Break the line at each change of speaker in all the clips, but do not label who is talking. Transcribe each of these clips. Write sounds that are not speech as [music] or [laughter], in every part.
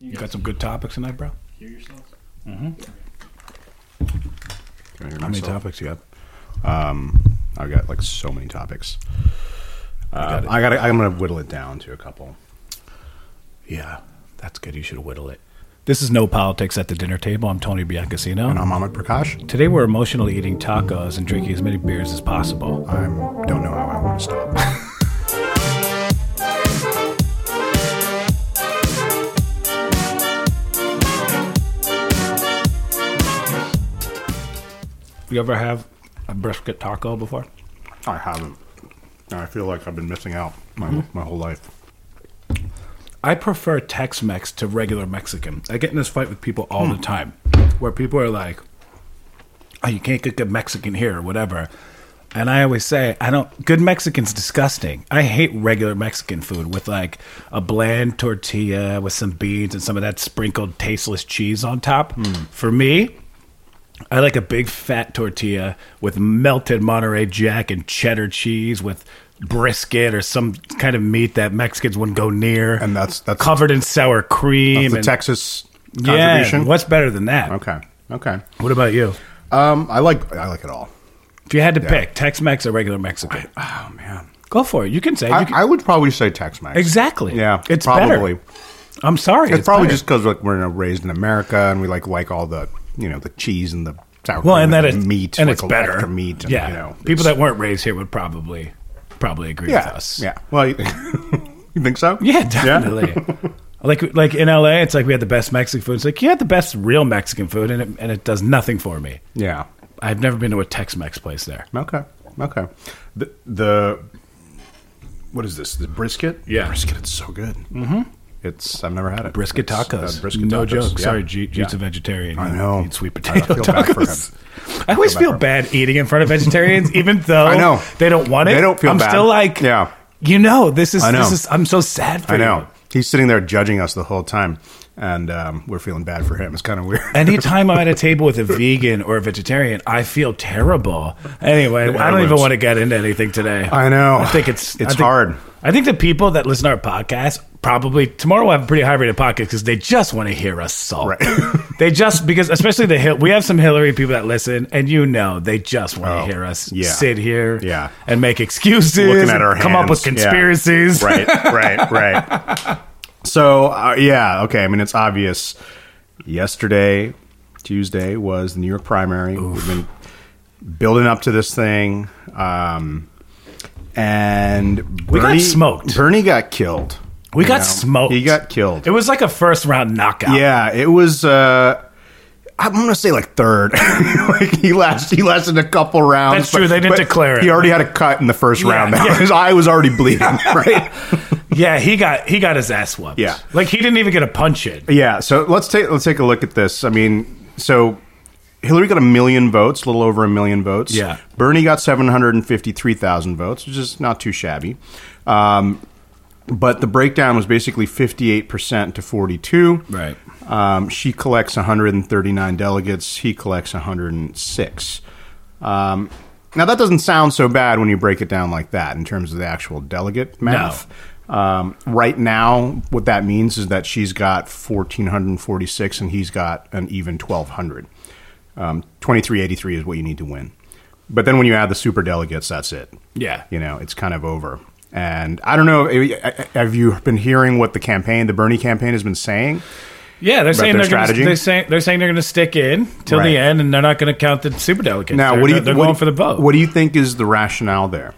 You got some good topics tonight, bro?
Hear yourself?
Can I hear
How many
myself? Um,
topics you got?
I've got like so many topics. Uh,
got it.
I got. I'm gonna whittle it down to a couple.
Yeah, that's good. You should whittle it. This is No Politics at the Dinner Table. I'm Tony Biancasino.
And I'm Ahmed Prakash.
Today we're emotionally eating tacos and drinking as many beers as possible.
I don't know how I want to stop.
You ever have a brisket taco before?
[laughs] I haven't. I feel like I've been missing out my my whole life.
I prefer Tex Mex to regular Mexican. I get in this fight with people all
Hmm.
the time where people are like, oh, you can't get good Mexican here or whatever. And I always say, I don't, good Mexican's disgusting. I hate regular Mexican food with like a bland tortilla with some beans and some of that sprinkled tasteless cheese on top.
Hmm.
For me, I like a big fat tortilla with melted Monterey Jack and cheddar cheese with brisket or some kind of meat that Mexicans wouldn't go near.
And that's- that's-
covered in sour cream.
That's the
and,
Texas
yeah,
contribution.
what's better than that?
Okay. Okay.
What about you?
Um, I like I like it all.
If you had to pick Tex-Mex or regular Mexican,
Oh man.
go for it. You can say
I,
you can,
I would probably say Tex-Mex.
exactly.
Yeah.
it's
probably.
Better. I'm sorry.
It's, probably
better.
just because like we're in a- raised in America and we like like all the you know the cheese and the sour
well,
cream
and that is
meat
and
like
it's
a-
better
extra meat. And,
yeah,
you know,
people
it's-
that weren't raised here would probably probably agree
yeah
with us.
yeah. Well, you, [laughs] you think so?
Yeah, definitely.
[laughs]
like like in LA, it's like we had the best Mexican food. It's like you had the best real Mexican food, and it, and it does nothing for me.
Yeah.
I've never been to a Tex-Mex place there.
Okay. Okay. The the what is this? The brisket?
Yeah.
brisket. It's so good. Mm-hmm. It's I've never had it.
Brisket
It's, uh,
tacos.
brisket
no
tacos.
joke.
Yeah.
Sorry, Jeet,
Yeah.
Jeet's a vegetarian.
I know.
Eat sweet
I feel
potato
bad for
tacos. [laughs] I always feel
bad
bad eating in front of vegetarians, [laughs] even though
I know.
they don't want it.
They don't feel
I'm
bad.
still like,
Yeah.
you know, this is
I know.
this is. I'm so sad for
I
you.
know. He's sitting there judging us the whole time, and um, we're feeling bad for him. It's kind of weird.
Anytime I'm at a table with a vegan or a vegetarian, I feel terrible. Anyway, I don't even
Everyone's-
want to get into anything today.
I know.
I think it's
It's
I think-
hard.
I think the people that listen to our podcast probably tomorrow will have a pretty high rated podcast because they just want to hear us sulk.
Right.
[laughs] they just because especially the Hill, we have some Hillary people that listen, and you know they just want to
Oh,
hear us
yeah.
sit here,
Yeah.
and make excuses,
looking at our
and come up with
hands. Yeah.
conspiracies,
right, right, right. [laughs] So uh, yeah, okay. I mean, it's obvious. Yesterday, Tuesday was the New York primary. We've been building up to this thing, um, and
We got
Bernie-
smoked.
Bernie got killed.
We
You
got
know?
smoked.
He got killed.
It was like a first round knockout.
Yeah, it was. Uh, I'm gonna say like third. [laughs] like he lasted, he lasted a couple rounds.
That's true, they didn't declare it.
He already had a cut in the first
Yeah,
round.
yeah.
His eye was already bleeding.
[laughs]
Right.
yeah. He got he got his ass whooped.
Yeah.
like he didn't even get a punch in.
yeah. So let's take let's take a look at this. I mean, so Hillary got a million votes, a little over a million votes.
Yeah.
Bernie got seven hundred and fifty-three thousand votes, which is not too shabby. Um, but the breakdown was basically fifty-eight percent to forty-two.
Right.
Um, she collects 139 delegates. He collects 106. Um, now that doesn't sound so bad when you break it down like that in terms of the actual delegate math. Um, right now, what that means is that she's got 1,446 and he's got an even 1,200. Um, 2,383 is what you need to win. But then when you add the super delegates, that's it.
Yeah.
You know, it's kind of over. And I don't know, eh, eh, have you been hearing what the campaign, the Bernie campaign, has been saying?
Yeah, they're saying
their
they're, gonna,
strategy?
they're saying they're saying they're going to stick in till
Right.
the end, and they're not going to count the superdelegates.
Now,
they're,
what do you
They're
what,
going for the vote.
What do you think is the rationale there?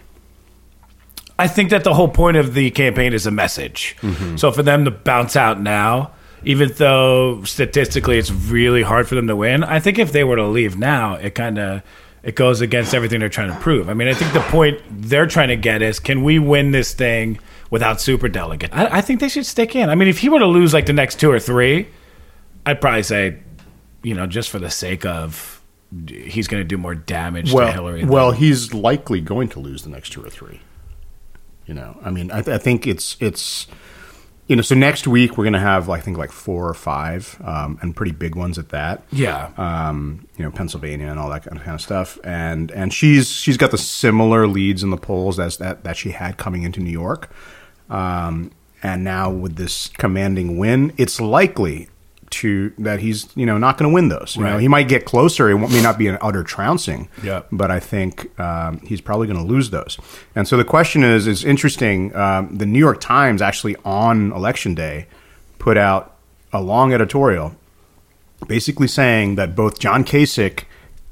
I think that the whole point of the campaign is a message.
Mm-hmm.
So for them to bounce out now, even though statistically it's really hard for them to win, I think if they were to leave now, it kind of it goes against everything they're trying to prove. I mean, I think the point they're trying to get is can we win this thing without superdelegate? I, I think they should stick in. I mean, if he were to lose like the next two or three, I'd probably say, you know, just for the sake of he's going to do more damage to Hillary. than-
well, he's likely going to lose the next two or three. You know, I mean, I, th- I think it's it's you know, so next week we're going to have I think like four or five um, and pretty big ones at that.
yeah.
um, you know Pennsylvania and all that kind of, kind of stuff. And and she's she's got the similar leads in the polls as that that she had coming into New York. Um, and now with this commanding win, it's likely to that he's you know not going to win those. You know,
Right.
he might get closer. It may not be an utter trouncing.
Yeah.
But I think um, he's probably going to lose those. And so the question is, is interesting. Um, the New York Times actually on election day put out a long editorial, basically saying that both John Kasich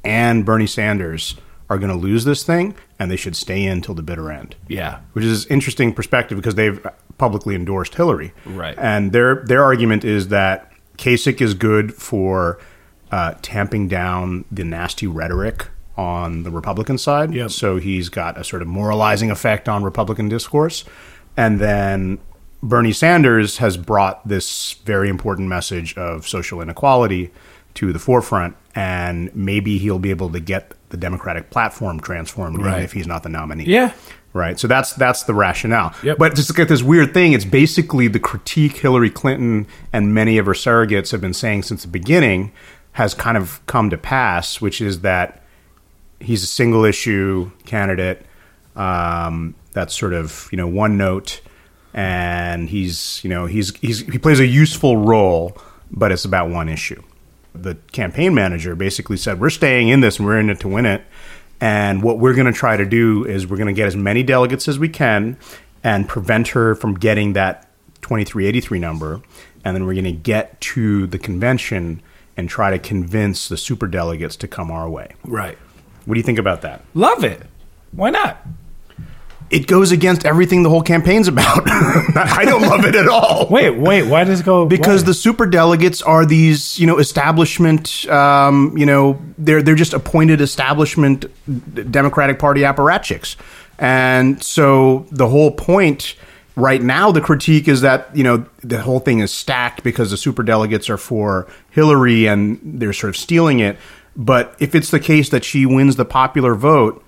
and Bernie Sanders are going to lose this thing, and they should stay in till the bitter end
Yeah.
which is interesting perspective because they've publicly endorsed Hillary,
Right.
And their their argument is that Kasich is good for uh, tamping down the nasty rhetoric on the Republican side.
Yep.
So he's got a sort of moralizing effect on Republican discourse, and then. Bernie Sanders has brought this very important message of social inequality to the forefront, and maybe he'll be able to get the Democratic platform transformed even
Right.
if he's not the nominee.
Yeah.
Right. So that's that's the rationale.
Yep.
But just look at this weird thing. It's basically the critique Hillary Clinton and many of her surrogates have been saying since the beginning has kind of come to pass, which is that he's a single issue candidate. Um, that's sort of you know one note, and he's you know he's he's he plays a useful role, but it's about one issue. The campaign manager basically said, "We're staying in this, and we're in it to win it." And what we're going to try to do is we're going to get as many delegates as we can, and prevent her from getting that 2383 number, and then we're going to get to the convention and try to convince the superdelegates to come our way.
Right.
What do you think about that?
Love it. Why not?
It goes against everything the whole campaign's about. [laughs] I don't love it at all.
Wait, wait. Why does it go?
Because
Oh, why?
the superdelegates are these, you know, establishment, um, you know, they're they're just appointed establishment d- Democratic Party apparatchiks, and so the whole point right now, the critique is that you know the whole thing is stacked because the superdelegates are for Hillary and they're sort of stealing it. But if it's the case that she wins the popular vote,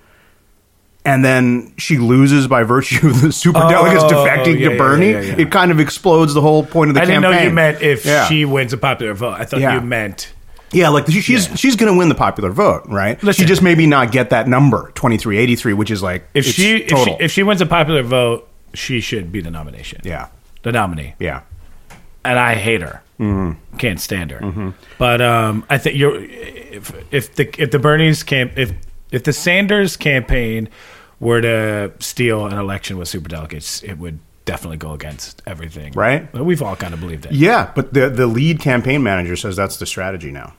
and then she loses by virtue of the superdelegates
Oh,
defecting
yeah,
to
yeah,
Bernie,
yeah, yeah.
it kind of explodes the whole point of the
I
campaign.
didn't know you meant if
Yeah.
she wins a popular vote. I thought
Yeah.
you meant
Yeah, like she- she's she's going to win the popular vote, right? She
Listen.
just maybe not get that number twenty three eighty three, which is like
if
it's
she, if she
total.
if she wins a popular vote, she should be the nomination.
yeah,
the nominee.
yeah, Mm-hmm.
and I hate her. Can't stand her. But um, I think you're if, if the if the Bernie's camp if if the Sanders campaign were to steal an election with superdelegates, it would definitely go against everything.
Right.
But we've all kind of believed it.
yeah. But the the lead campaign manager says that's the strategy now.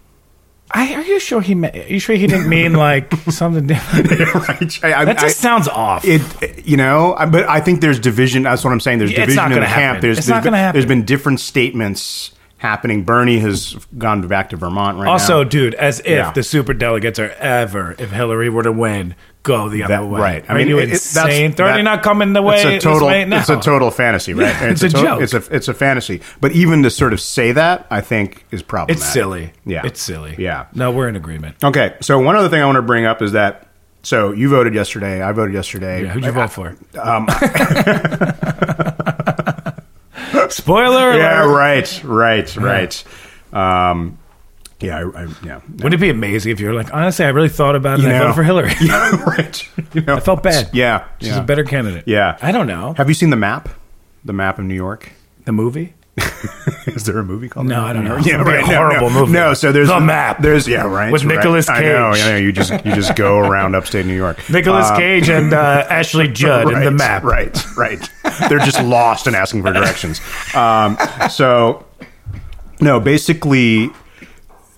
[laughs]
I, are you sure he meant? Are you sure he didn't mean
[laughs]
like something different?
right? I, I,
That just
I-
sounds off.
it you know I- but i think there's division that's what i'm saying there's
Yeah, it's
division
not
in
gonna
the camp
happen.
there's,
It's
there's
not
been,
gonna happen.
there's been different statements happening bernie has gone back to vermont right now
also, dude, as if
Yeah.
the superdelegates are ever, if Hillary were to win, go the other
That-
way.
right. I
Are
mean,
you
it- it- that's-
insane? They're
that-
not coming the way.
It's a total.
This way now.
It's a total fantasy, right?
it's a
to-
joke.
It's a it's a fantasy. But even to sort of say that, I think is problematic.
It's silly.
Yeah,
It's silly.
Yeah.
No, we're in agreement.
Okay. So one other thing I want to bring up is that. So you voted yesterday. I um, voted yesterday.
Yeah, who'd you vote for? [laughs] Spoiler alert.
Yeah, right, right, right. Um, yeah, I, I, yeah.
Wouldn't it be amazing if you were like, honestly, I really thought about it
You
and I
know.
voted for Hillary. [laughs]
[laughs] yeah, right. You know,
I felt bad.
Yeah,
She's
yeah.
a better candidate.
Yeah.
I don't know.
Have you seen the map? The map of New York.
The movie?
[laughs] Is there a movie called?
No,
The
I don't
New
know.
York?
It'd be a
No,
horrible
no.
movie.
No, so there's
The Map.
There's yeah, right.
With
right.
Nicolas
I know,
Cage.
I know. You just you just go around upstate New York.
Nicolas
Uh,
Cage and uh,
[laughs]
Ashley Judd in the
right,
map.
Right, right. They're just lost and asking for directions. Um, so, no, basically,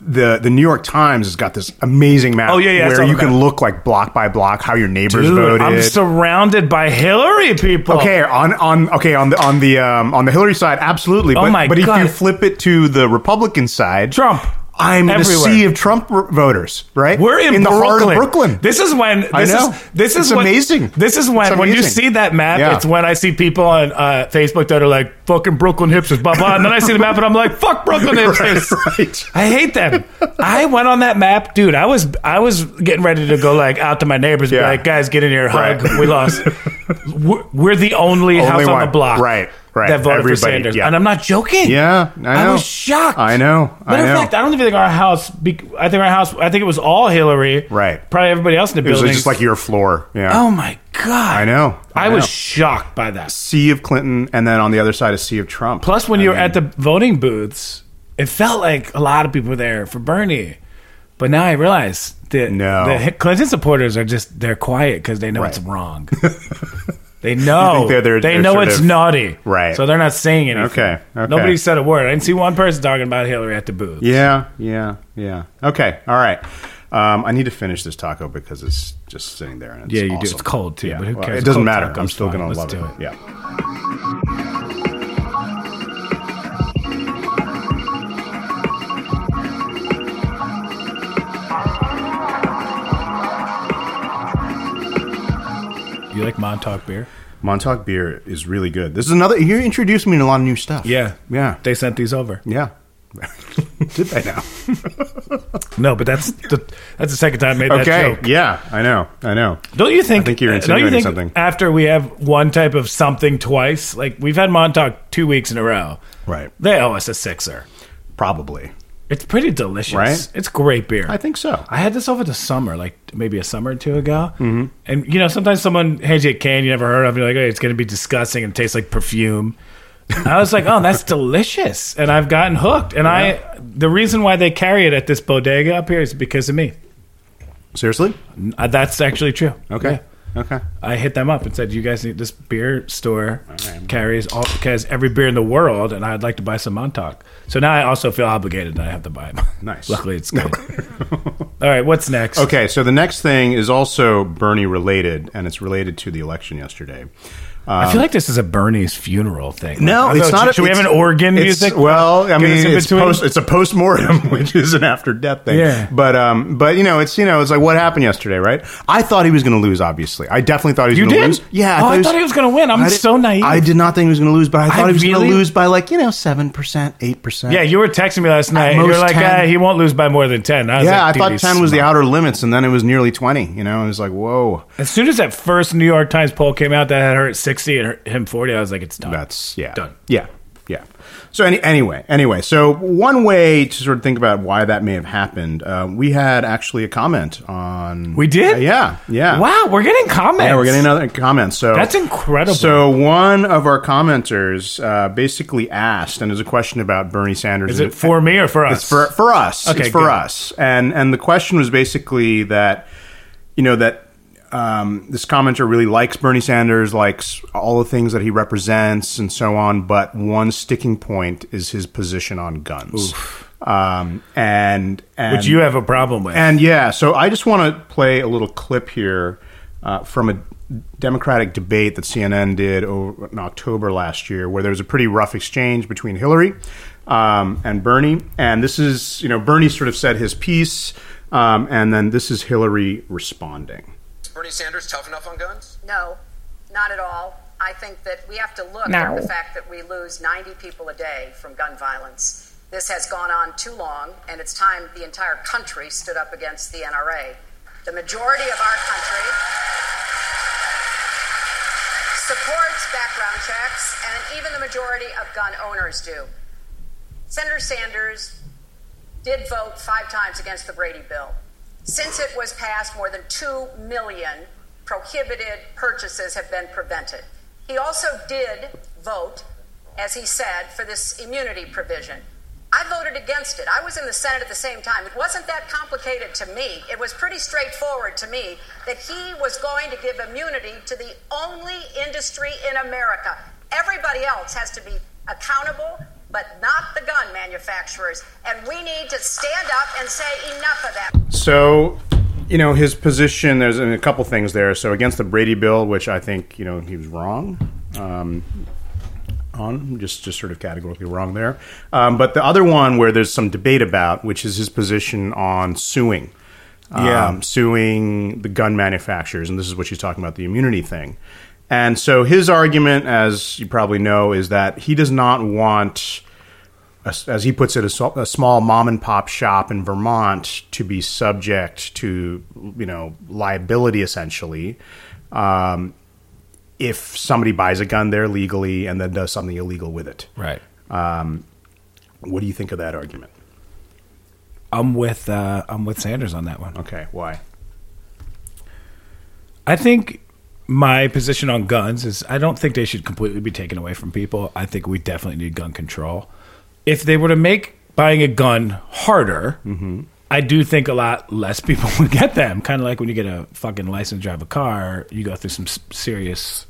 the the New York Times has got this amazing map.
Oh, yeah, yeah, I saw
Where
the
you can
map.
look like block by block how your neighbors
Dude,
voted.
I'm surrounded by Hillary people.
Okay, on on okay on the on the um, on the Hillary side, absolutely. But,
Oh my
but
God.
if you flip it to the Republican side,
Trump.
I'm in a
Everywhere.
sea of Trump r- voters. Right?
We're in,
the
Brooklyn.
heart of Brooklyn.
This is when this
I know.
is this
It's
is when-
amazing.
This is
It's
when when you
amazing.
see that map,
Yeah.
it's when I see people on uh, Facebook that are like fucking Brooklyn hipsters, blah blah. And then I see the map and I'm like, fuck
[laughs]
Brooklyn hipsters.
right.
I hate them. I went on that map, dude. I was I was getting ready to go like out to my neighbors, and
Yeah.
be like, guys, get in here, hug.
[laughs] Right.
We lost. we're, we're the only, house on
one.
the block,
Right, right.
That voted for
Everybody,
Sanders,
yeah.
and I'm not joking.
Yeah, I know.
was shocked.
I know, I
Matter
know.
of fact, I don't even think our house. Be- I think our house. I think it was all Hillary.
Right.
Probably everybody else in the
It was
building.
just like your floor. Yeah.
oh my god.
I know.
I,
know.
was shocked by that.
sea of Clinton, and then on the other side a sea of Trump.
Plus, when you were
I mean,
at the voting booths, it felt like a lot of people were there for Bernie. But now I realize that
No.
the Clinton supporters are just they're quiet because they know
Right.
it's
[laughs]
wrong. they know
they're- they're-
they
they're
know
sort
it's
of-
naughty,
Right.
So they're not saying anything.
Okay, okay.
Nobody said a word. I didn't see one person talking about Hillary at the booth.
yeah, yeah, yeah. Okay, all right. Um, I need to finish this taco because it's just sitting there. And it's
Yeah, you do.
awesome.
It's cold, too, but who
well,
cares?
It doesn't
Cold
matter.
taco,
I'm
it's
still
fine.
gonna
Let's
love
do
it.
it.
Yeah.
You like Montauk beer?
Montauk beer is really good. This is another. You introduced me to a lot of new stuff.
Yeah,
Yeah.
They sent these over. [laughs]
yeah. Did they now?
No, but that's the that's the second time I made that
Okay.
joke.
Yeah, I know. I know.
Don't you think?
I think you're
uh, don't you think
insinuating something.
After we have one type of something twice, like we've had Montauk two weeks in a row,
Right.
they owe us a sixer.
Probably.
It's pretty delicious.
Right?
It's great beer.
I think so.
I had this over the summer, like maybe a summer or two ago. Mm-hmm. And you know, sometimes someone hands you a can you never heard of, and you're like, "Hey, it's going to be disgusting and tastes like perfume." I was like, "Oh, that's delicious," and I've gotten hooked. And I, the reason why they carry it at this bodega up here is because of me.
Seriously?
Uh, That's actually true.
Okay.
Yeah.
Okay.
I hit them up and said, "You guys need this beer store carries all carries every beer in the world, and I'd like to buy some Montauk." So now I also feel obligated that I have to buy them.
Nice.
Luckily,
[laughs]
it's good. all right, what's next?
Okay, so the next thing is also Bernie related, and it's related to the election yesterday.
I feel like this is a Bernie's funeral thing.
Um, No,
Like,
it's
although,
not. a-
Should we have
it's-
an organ
it's-
music?
Well, I
Get
mean,
us in
it's
between?
post. It's a post mortem, [laughs] which is an after death thing.
Yeah.
But um, but you know, it's you know, it's like what happened yesterday, right? I thought he was going to lose. Obviously, I definitely thought he
You
was going
did?
to lose. Yeah,
Oh, I thought he was gonna win. I'm
I did-
so naive.
I did not think he was going to lose, but I thought he was going
really-
to lose by like you know seven percent, eight percent.
yeah, you were texting me last night. You were
most
like,
10.
"Ah, "He won't lose by more than 10. I was like,
yeah. I
"Dude,
thought
he's
ten was the
smart."
outer limits, and then it was nearly twenty. You know, it was like whoa.
As soon as that first New York Times poll came out that had her at sixty and her, him forty, I was like, "It's done."
That's yeah.
Done.
Yeah. Yeah. So any, anyway, anyway, so one way to sort of think about why that may have happened, uh, we had actually a comment on. Uh,
We did?
yeah. Yeah.
Wow, we're getting comments.
Yeah, we're getting another comment. So
That's incredible.
So one of our commenters uh, basically asked, and there's a question about Bernie Sanders.
Is it for me or for us?
It's for for us.
Okay,
it's for
good.
us. And and the question was basically that, you know, that um, this commenter really likes Bernie Sanders, likes all the things that he represents, and so on. But one sticking point is his position on guns. Um, and and
which you have a problem with.
and yeah, so I just want to play a little clip here uh, from a Democratic debate that CNN did over in October last year, where there was a pretty rough exchange between Hillary um, and Bernie. And this is, you know, Bernie sort of said his piece, um, and then this is Hillary responding.
Is Bernie Sanders tough enough on guns?
No, not at all. I think that we have to look
No.
at the fact that we lose 90 people a day from gun violence. This has gone on too long, and it's time the entire country stood up against the NRA. The majority of our country supports background checks, and even the majority of gun owners do. Senator Sanders did vote five times against the Brady bill. Since it was passed, more than 2 million prohibited purchases have been prevented. He also did vote, as he said, for this immunity provision. I voted against it. I was in the Senate at the same time. It wasn't that complicated to me. It was pretty straightforward to me that he was going to give immunity to the only industry in America. Everybody else has to be accountable but not the gun manufacturers. And we need to stand up and say enough of that.
So, you know, his position, there's a couple things there. So, against the Brady bill, which I think, you know, he was wrong. Um, on just just sort of categorically wrong there, um, but the other one where there's some debate about, which is his position on suing, um,
Yeah.
suing the gun manufacturers, and this is what she's talking about the immunity thing. And so his argument, as you probably know, is that he does not want as as he puts it, a, so- a small mom and pop shop in Vermont to be subject to you know liability essentially um, if somebody buys a gun there legally and then does something illegal with it.
Right.
What do you think of that argument?
I'm with uh, I'm with Sanders on that one.
Okay, why?
I think my position on guns is I don't think they should completely be taken away from people. I think we definitely need gun control. If they were to make buying a gun harder, I do think a lot less people [laughs] would get them. Kind of like when you get a fucking license to drive a car, you go through some s- serious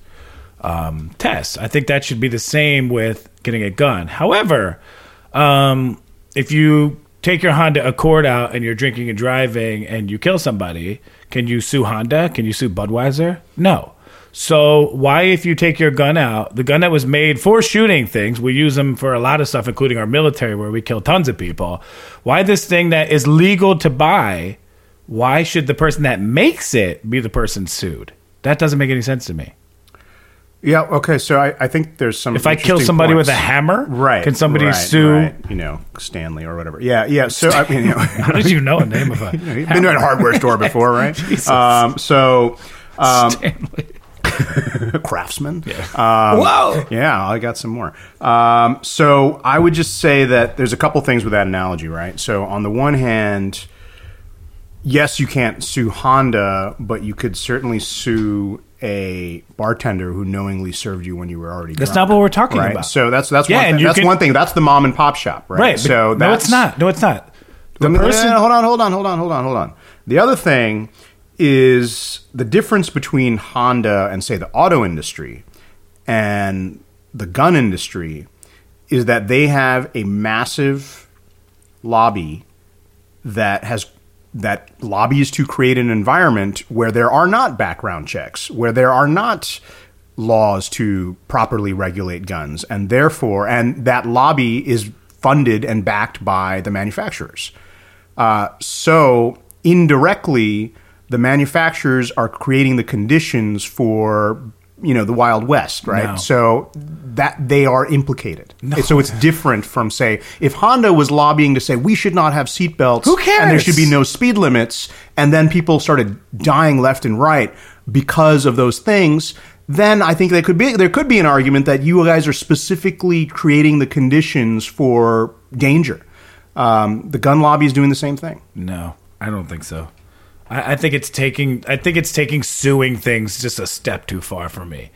um, tests. I think that should be the same with getting a gun. However, um, if you take your Honda Accord out and you're drinking and driving and you kill somebody, can you sue Honda? Can you sue Budweiser? No. So why, if you take your gun out, the gun that was made for shooting things, we use them for a lot of stuff, including our military, where we kill tons of people. Why this thing that is legal to buy? Why should the person that makes it be the person sued? That doesn't make any sense to me.
Yeah, okay, so I, I think there's some
If I kill
interesting
somebody with a
points.
hammer,
Right.
Can somebody
right,
sue?
right, you know, Stanley or whatever. Yeah, yeah. So I mean you know, [laughs]
How did [laughs] you know a name of a?
You've been to a hardware store before,
[laughs]
right?
Jesus.
Um, so, um,
Stanley?
craftsman. Yeah.
Whoa!
Yeah, I got some more. Um, so I would just say that there's a couple things with that analogy, right? So on the one hand, yes, you can't sue Honda, but you could certainly sue a bartender who knowingly served you when you were already.
That's
drunk,
not what we're talking
right?
about.
So that's that's
Yeah,
one
and
thing.
you
that's
can-
one thing. That's the mom and pop shop, right?
right.
So
So
that's,
no, it's not. No, it's not. The
no, no, no,
person.
no, hold on, hold on, hold on, hold on, hold on. The other thing is the difference between Honda and say the auto industry and the gun industry is that they have a massive lobby that has that lobbies to create an environment where there are not background checks, where there are not laws to properly regulate guns, and therefore, and that lobby is funded and backed by the manufacturers. Uh, so indirectly, the manufacturers are creating the conditions for you know the Wild West, right?
No.
So that they are implicated. So it's different from say if Honda was lobbying to say we should not have seatbelts,
Who
and there
cares?
should be no speed limits, and then people started dying left and right because of those things. Then I think there could be there could be an argument that you guys are specifically creating the conditions for danger. Um, the gun lobby is doing the same thing.
No, I don't think so. I, I think it's taking. I think it's taking suing things just a step too far for me.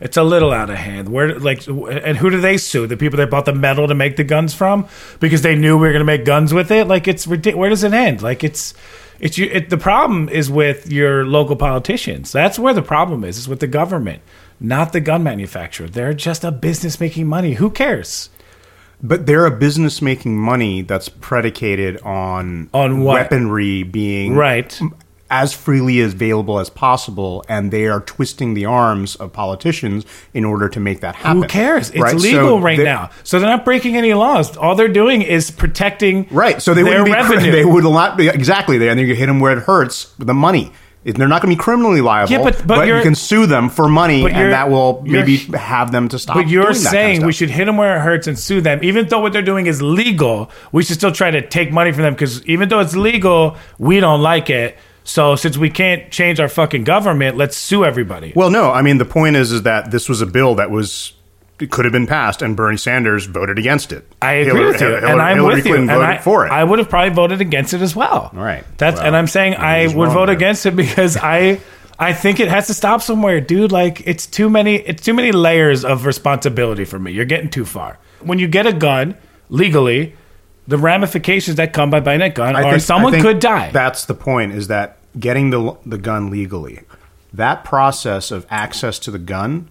It's a little out of hand. Where like, and who do they sue? The people that bought the metal to make the guns from because they knew we were going to make guns with it. Like it's ridiculous. Where does it end? Like it's. It's you, it, the problem is with your local politicians. That's where the problem is. It's with the government, not the gun manufacturer. They're just a business making money. Who cares?
But they're a business making money that's predicated on
On what?
weaponry being
Right.
as freely available as possible, and they are twisting the arms of politicians in order to make that happen.
Who cares? It's
Right? So
legal right
they-
now. So they're not breaking any laws. All they're doing is protecting
Right. So they
their
wouldn't be. [laughs] cri-
revenue.
They would not be exactly there, and you hit them where it hurts. with The money. It- They're not going to be criminally liable.
Yeah, but- but
you
you're-
can sue them for money,
but
and
you're-
that will
you're-
maybe have them to stop.
but you're
doing that kind of
saying we
stuff.
should hit them where it hurts and sue them, even though what they're doing is legal. We should still try to take money from them because even though it's legal, we don't like it. So since we can't change our fucking government, let's sue everybody.
Well, no. I mean, the point is, is that this was a bill that was it could have been passed, and Bernie Sanders voted against it.
I agree
Hillary-
with you,
Hillary-
and I'm
Hillary
with
Clinton
you, and
voted
I,
for it.
I would have probably voted against it as well.
All right.
That's
Well,
and I'm saying
maybe
I
he's
would
wrong
vote
there.
against it because
[laughs]
I I think it has to stop somewhere, dude. Like it's too many it's too many layers of responsibility for me. You're getting too far. When you get a gun legally, the ramifications that come by buying that gun
I
are
think- I
someone
think
could die.
That's the point. Is that getting the the gun legally? That process of access to the gun,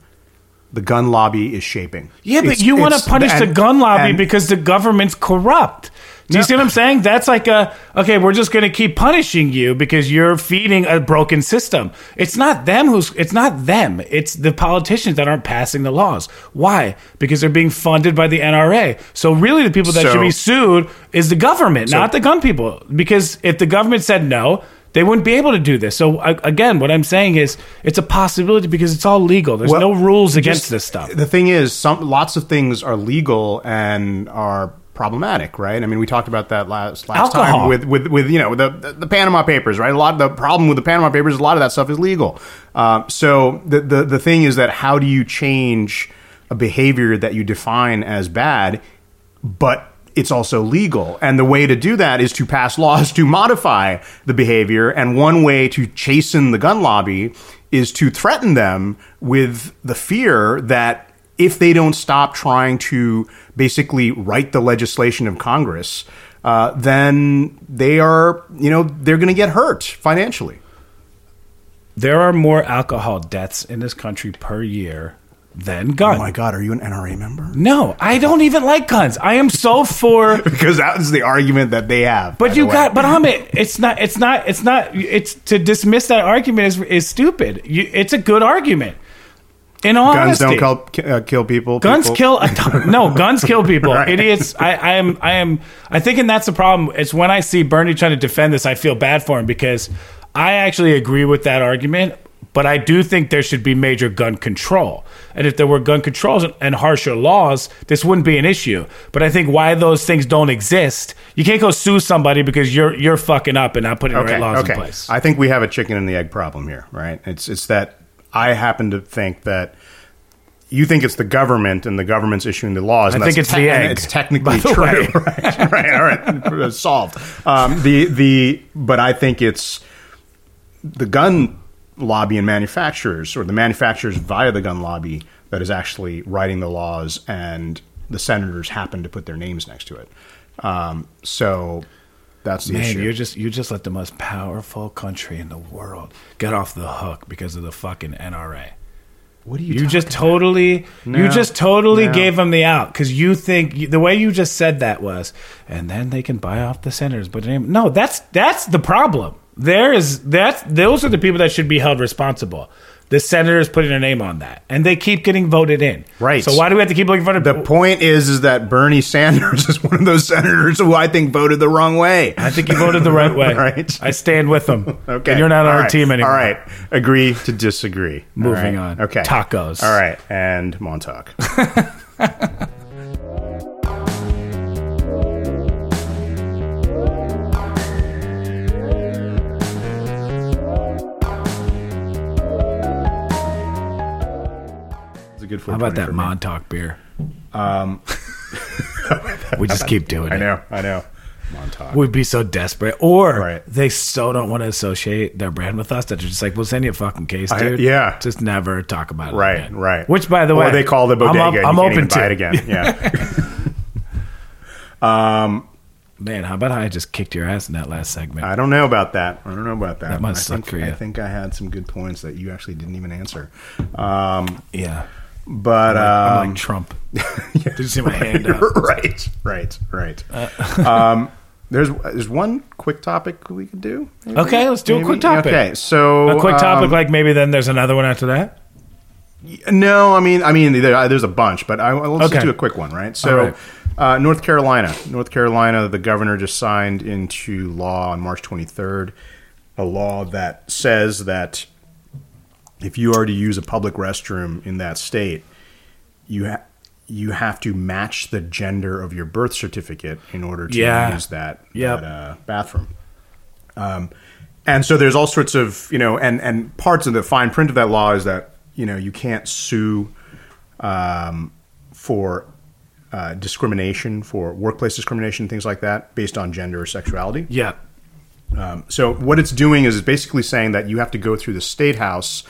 the gun lobby is shaping.
Yeah, but
It's-
you want to
it's-
punish the
and-
gun lobby
and-
because the government's corrupt. Do you
No.
see what I'm saying? That's like a okay, we're just going to keep punishing you because you're feeding a broken system. It's not them who's it's not them. It's the politicians that aren't passing the laws. Why? Because they're being funded by the NRA. So really the people that
So-
should be sued is the government, not the gun people. Because if the government said no, they wouldn't be able to do this. So a- again, what I'm saying is it's a possibility because it's all legal. There's
Well,
no rules against
just-
this stuff.
The thing is, some lots of things are legal and are problematic, right? I mean, we talked about that last last time
Alcohol.
with with with you know the, the the Panama Papers, right? A lot of the problem with the Panama Papers, is a lot of that stuff is legal. Uh, so the, the the thing is that how do you change a behavior that you define as bad, but it's also legal. And the way to do that is to pass laws to modify the behavior. And one way to chasten the gun lobby is to threaten them with the fear that if they don't stop trying to basically write the legislation of Congress, uh, then they are, you know, they're going to get hurt financially.
There are more alcohol deaths in this country per year than guns.
Oh my God, are you an NRA member?
no, I don't even like guns. I am so for.
[laughs] Because that is the argument that they have. by
But
the
you
way.
got, but Amit, it's not, it's not, it's not, it's to dismiss that argument is is stupid. You, it's a good argument. In all
guns
honesty,
don't kill, uh, kill people.
guns
people-
kill a ton.
[laughs]
no guns kill people
Right.
idiots I, I am i am i think and that's the problem it's when i see bernie trying to defend this i feel bad for him because i actually agree with that argument but i do think there should be major gun control and if there were gun controls and- and harsher laws this wouldn't be an issue but i think why those things don't exist you can't go sue somebody because you're you're fucking up and not putting the right laws in place
I think we have a chicken and the egg problem here, right? It's it's that I happen to think that you think it's the government and the government's issuing the laws. And
I think
that's
it's the
and
egg,
It's technically
[laughs] by the
true,
way.
[laughs] right? Right. All right. [laughs] Solved. Um, the the but I think it's the gun lobby and manufacturers, or the manufacturers via the gun lobby, that is actually writing the laws, and the senators happen to put their names next to it. Um, so that's the
Man,
issue.
you just you just let the most powerful country in the world get off the hook because of the fucking NRA.
what do
You just totally
No.
you just totally
No.
gave them the out because you think you, the way you just said that was, and then they can buy off the senators. But name- no, that's that's the problem. There is that those are the people that should be held responsible. The senators putting their name on that, and they keep getting voted in.
Right.
So why do we have to keep looking for
The point is, is that Bernie Sanders [laughs] is one of those senators who I think voted the wrong way.
I think you
[laughs]
voted the right way.
Right.
I stand with them.
[laughs] Okay,
And you're not on
All
our
right.
team anymore.
All right, agree to disagree. All
Moving
right.
on.
Okay,
Tacos.
All right, and
[laughs]
Montauk. It's a good
How about
420
that
for me.
Montauk beer? Um, [laughs] we just keep doing
I
it.
know, I know. Montauk.
We'd be so desperate, or
Right.
they so don't want to associate their brand with us that they're just like, "We'll send you a fucking case,
I-
dude."
yeah.
just never talk about it.
Right,
again.
right.
Which, by the way,
or they call the bodega.
I'm, up-
and
I'm
you can't
open
even
to
buy it again. Yeah,
[laughs] Man, how about how I just kicked your ass in that last segment?
I don't know about that. I don't know about that.
That must
I
suck
think,
for you.
I think I had some good points that you actually didn't even answer. Um,
yeah,
but
I'm
um,
like [laughs]
[laughs]
Trump. Did you see my hand up? Uh.
right, right, right. um, there's there's one quick topic we could do. maybe?
Okay, let's do a
Maybe?
quick topic.
Okay, so
A quick
um,
topic, like maybe then there's another one after that.
No, I mean, I mean, there, there's a bunch, but I, let's
Okay.
just do a quick one, right? So,
All right.
Uh, North Carolina, North Carolina, the governor just signed into law on March 23rd a law that says that if you are to use a public restroom in that state, you ha- you have to match the gender of your birth certificate in order to
Yeah.
use that,
Yep.
that uh, bathroom. Um, And so there's all sorts of you know, and and parts of the fine print of that law is that you know you can't sue um, for uh, discrimination, for workplace discrimination, things like that, based on gender or sexuality.
Yeah,
Um, So what it's doing is it's basically saying that you have to go through the state house,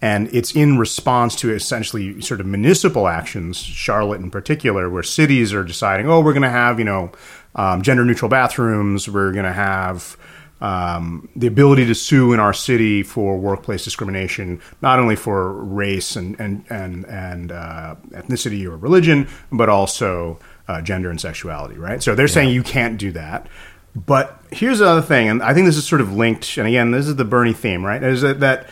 and it's in response to essentially sort of municipal actions, Charlotte in particular, where cities are deciding, oh, we're going to have you know um, gender neutral bathrooms, we're going to have um, the ability to sue in our city for workplace discrimination, not only for race and and and and uh, ethnicity or religion, but also uh, gender and sexuality, right? So they're saying you can't do that. But here's the other thing, and I think this is sort of linked. And again, this is the Bernie theme, right? Is that, that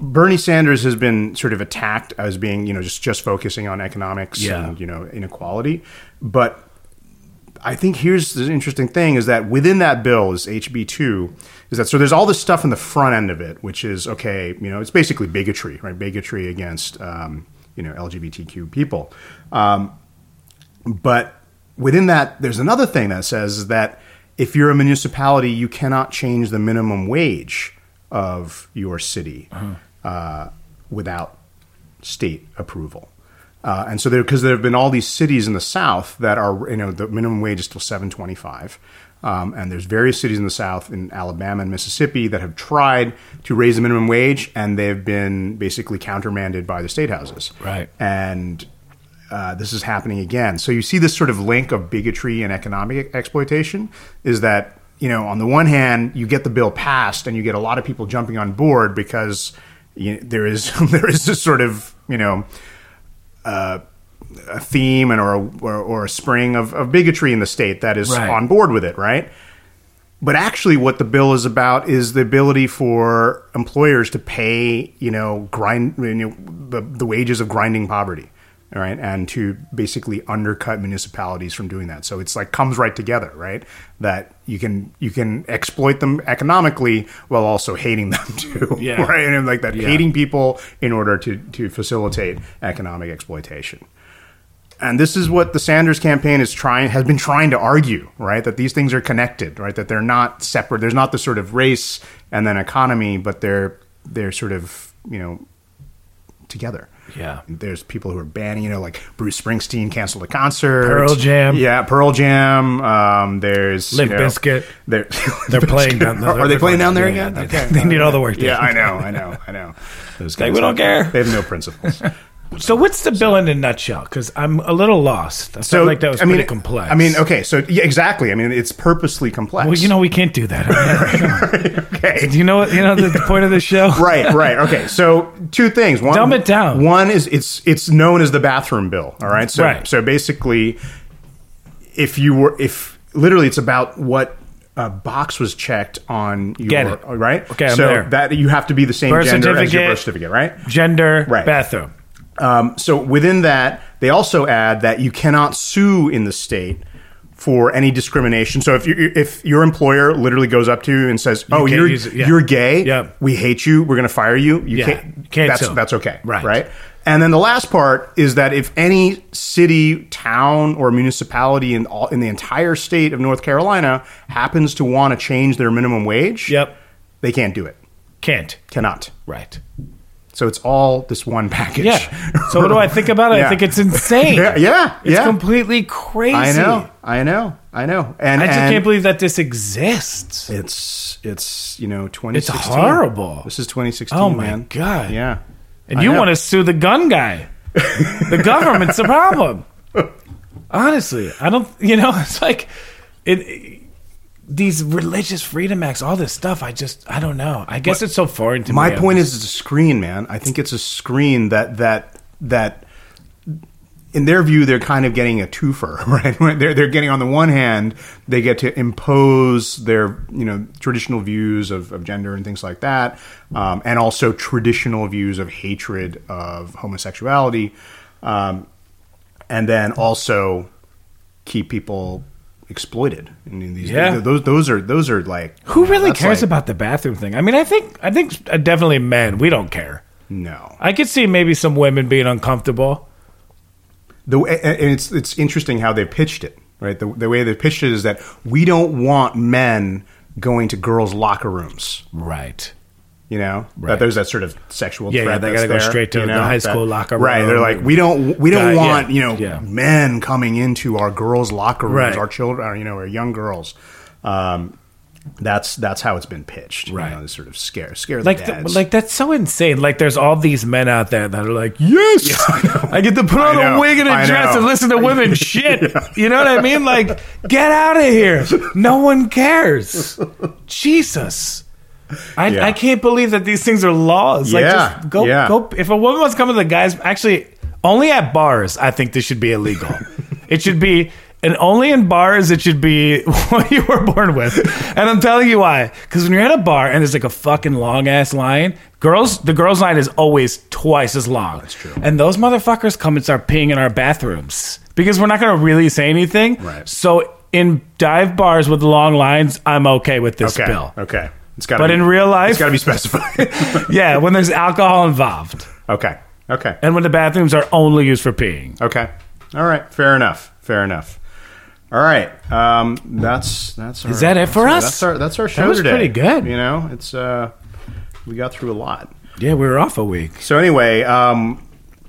Bernie Sanders has been sort of attacked as being, you know, just just focusing on economics
Yeah.
and you know inequality, but I think here's the interesting thing is that within that bill is HB two, is that so there's all this stuff in the front end of it, which is okay, you know, it's basically bigotry, right? Bigotry against um, you know LGBTQ people, um, but within that, there's another thing that says that if you're a municipality, you cannot change the minimum wage of your city uh, without state approval. Uh, and so there, because there have been all these cities in the South that are, you know, the minimum wage is still seven twenty five, um, and there's various cities in the South, in Alabama and Mississippi, that have tried to raise the minimum wage, and they've been basically countermanded by the state houses.
Right.
And uh, this is happening again. So you see this sort of link of bigotry and economic exploitation is that, you know, on the one hand, you get the bill passed and you get a lot of people jumping on board because you there is [laughs] there is this sort of, you know, uh, a theme and or a, or, or a spring of, of bigotry in the state that is
Right.
on board with it, right? But actually, what the bill is about is the ability for employers to pay, you know, grind you know, the, the wages of grinding poverty, all right, and to basically undercut municipalities from doing that. So it's like comes right together, right? That you can you can exploit them economically while also hating them [laughs] too,
Yeah.
right? And like that,
Yeah.
hating people in order to to facilitate economic exploitation. And this is what the Sanders campaign is trying has been trying to argue, right? That these things are connected, right? That they're not separate. There's not the sort of race and then economy, but they're they're sort of, you know, together.
Yeah.
There's people who are banning, you know, like Bruce Springsteen canceled a concert.
Pearl Jam.
Yeah, Pearl Jam. Um, there's
Limp
you know,
Bizkit.
They're, [laughs]
They're playing down there.
Are they playing down there
Yeah,
again?
they- [laughs] they need all the work they
Yeah, I
can
know, I know, I know. Those guys,
we don't care.
They have no [laughs] principles.
So what's the bill in a nutshell? Because I'm a little lost. I felt like that was
I mean,
pretty complex.
I mean, okay, so yeah, exactly. I mean, it's purposely complex.
well, you know, we can't do that.
[laughs] okay.
Do you know what? You know the, the point of the show,
right, right. Okay, so two things. One,
Dumb it down.
One is it's it's known as the bathroom bill. All right, so
Right.
so basically, if you were if literally it's about what. A box was checked on your
Get it.
right.
Okay, I'm
so
there.
that you have to be the same
Birth
gender as your
certificate.
birth certificate, right?
Gender,
Right.
bathroom.
Um, so within that, they also add that you cannot sue in the state for any discrimination. So if you if your employer literally goes up to you and says, "Oh,
can't
you are
use it, yeah.
you're gay.
Yep.
We hate you. We're going to fire you. You
Yeah,
can't.
can't
that's
sue.
that's okay.
Right.
Right. And then the last part is that if any city, town, or municipality in all in the entire state of North Carolina happens to want to change their minimum wage,
Yep.
they can't do it.
Can't.
Cannot.
Right.
So it's all this one package.
Yeah. So what do I think about it? I
Yeah.
think it's insane.
[laughs] Yeah, yeah,
It's
yeah.
completely crazy.
I know, I know, I know. And
I just
and
can't believe that this exists.
it's it's you know twenty.
horrible.
This is twenty sixteen.
Oh, my God.
Yeah,
And
I
you
know.
want to sue the gun guy. the government's the problem. Honestly, I don't, you know, [laughs] it's like it, these religious freedom acts, all this stuff. I just, I don't know. I guess it's so foreign to
My
me.
point is, it's a screen, man. I think it's a screen that that that. In their view, they're kind of getting a twofer, [laughs] right? They're they're getting on the one hand, they get to impose their you know traditional views of, of gender and things like that, um, and also traditional views of hatred of homosexuality, um, and then also keep people exploited. I mean, these,
Yeah.
those those are those are like
Who really
that's
cares
like-
about the bathroom thing? I mean, I think, I think uh, definitely men, we don't care.
no.
I could see maybe some women being uncomfortable.
the way, and it's it's interesting how they pitched it, right? The, the way they pitched it is that we don't want men going to girls' locker rooms.
Right.
You know,
Right.
that there's that sort of sexual
Yeah, yeah,
threat
they
that's
gotta go
there,
straight to
you
the
know,
high school locker
right? They're
room.
like, we don't we don't
Uh, yeah,
want you know
yeah.
men coming into our girls' locker rooms,
Right.
our children, our, you know, our young girls. Um, that's that's how it's been pitched,
Right.
You know, this sort of scare scare
Like,
the
th-
dads.
like that's so insane. Like, there's all these men out there that are like, yes,
[laughs]
I, get to put on a
know.
wig and a
I
dress
know.
and listen to
[laughs]
women shit. You know what I mean? Like, get out of here. No one
[laughs]
cares. Jesus. I,
Yeah.
I can't believe that these things are laws. Like,
Yeah,
just go,
yeah.
go. If a woman wants to come to the guys, actually, only at bars, I think this should be
[laughs]
illegal. it should be, and only in bars, it should be [laughs] what you were born with. And I'm telling you why. Because when you're at a bar and there's like a fucking long ass line, girls, the girls' line is always twice as long. That's
true.
And those motherfuckers come and start peeing in our bathrooms because we're not going to really say anything.
Right.
So in dive bars with long lines, I'm okay with this
okay,
bill.
okay, it's got.
But in real life-
it's got to be specified.
[laughs] Yeah, when there's alcohol involved.
okay, okay.
and when the bathrooms are only used for peeing.
Okay. All right. Fair enough. Fair enough. All right, um, that's that's our,
Is that it
that's
for
our-
us?
That's our that's our show
was
today.
pretty good.
You know, it's uh, we got through a lot.
Yeah, we were off a week.
So anyway, um,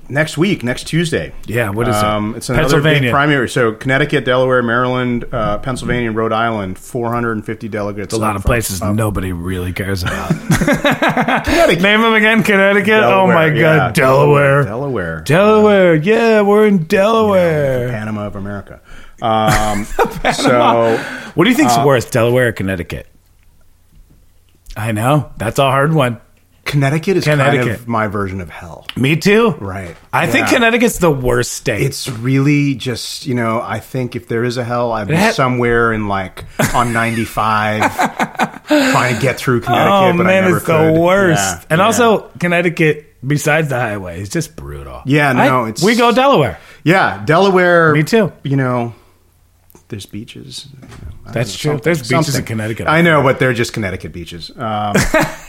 next week, next Tuesday.
Yeah, what is it?
um, It's another Pennsylvania
Pennsylvania.
primary. So Connecticut, Delaware, Maryland, uh, Pennsylvania, and Rhode Island. Four hundred and fifty delegates.
A lot of
up for-
places
up
nobody really
[laughs]
cares about.
Connecticut.
Name them again, Connecticut. oh
Delaware,
my
yeah,
God, Delaware.
Delaware,
Delaware. Yeah, we're in Delaware.
Panama of America.
[laughs]
Um, so
What do you
Um,
think's worse, Delaware or Connecticut? I know that's a hard one.
Connecticut is kind
Connecticut.
of my version of hell.
Me too.
Right.
I think
Yeah.
Connecticut's the worst state.
It's really just you know I think if there is a hell, I'd be
That-
somewhere in like
[laughs]
on ninety five trying to get through Connecticut.
oh
but I
man,
never
it's
could.
the worst.
Yeah,
and
yeah.
also Connecticut, besides the highway, is just brutal.
Yeah, no,
I-
it's-
we go Delaware.
yeah, Delaware.
Me too.
You know, there's beaches. you know, I don't
That's
know,
true.
something-
There's beaches in
something.
Connecticut.
I know, but they're just Connecticut beaches.
[laughs]
Um,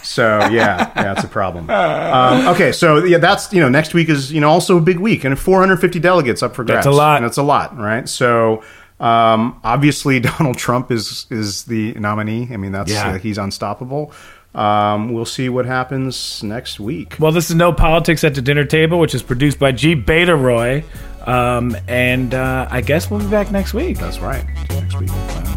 so yeah, yeah, it's a problem. Um, okay, so yeah, that's you know next week is you know also a big week and 450 delegates up for grabs.
That's a lot.
And that's a lot, right? So um, obviously [laughs] Donald Trump is is the nominee. I mean, that's
Yeah.
uh, he's unstoppable. Um, we'll see what happens next week.
Well, this is No Politics at the Dinner Table, which is produced by G. Beta Roy. Um, and uh, I guess we'll be back next week.
That's right. See you Next week.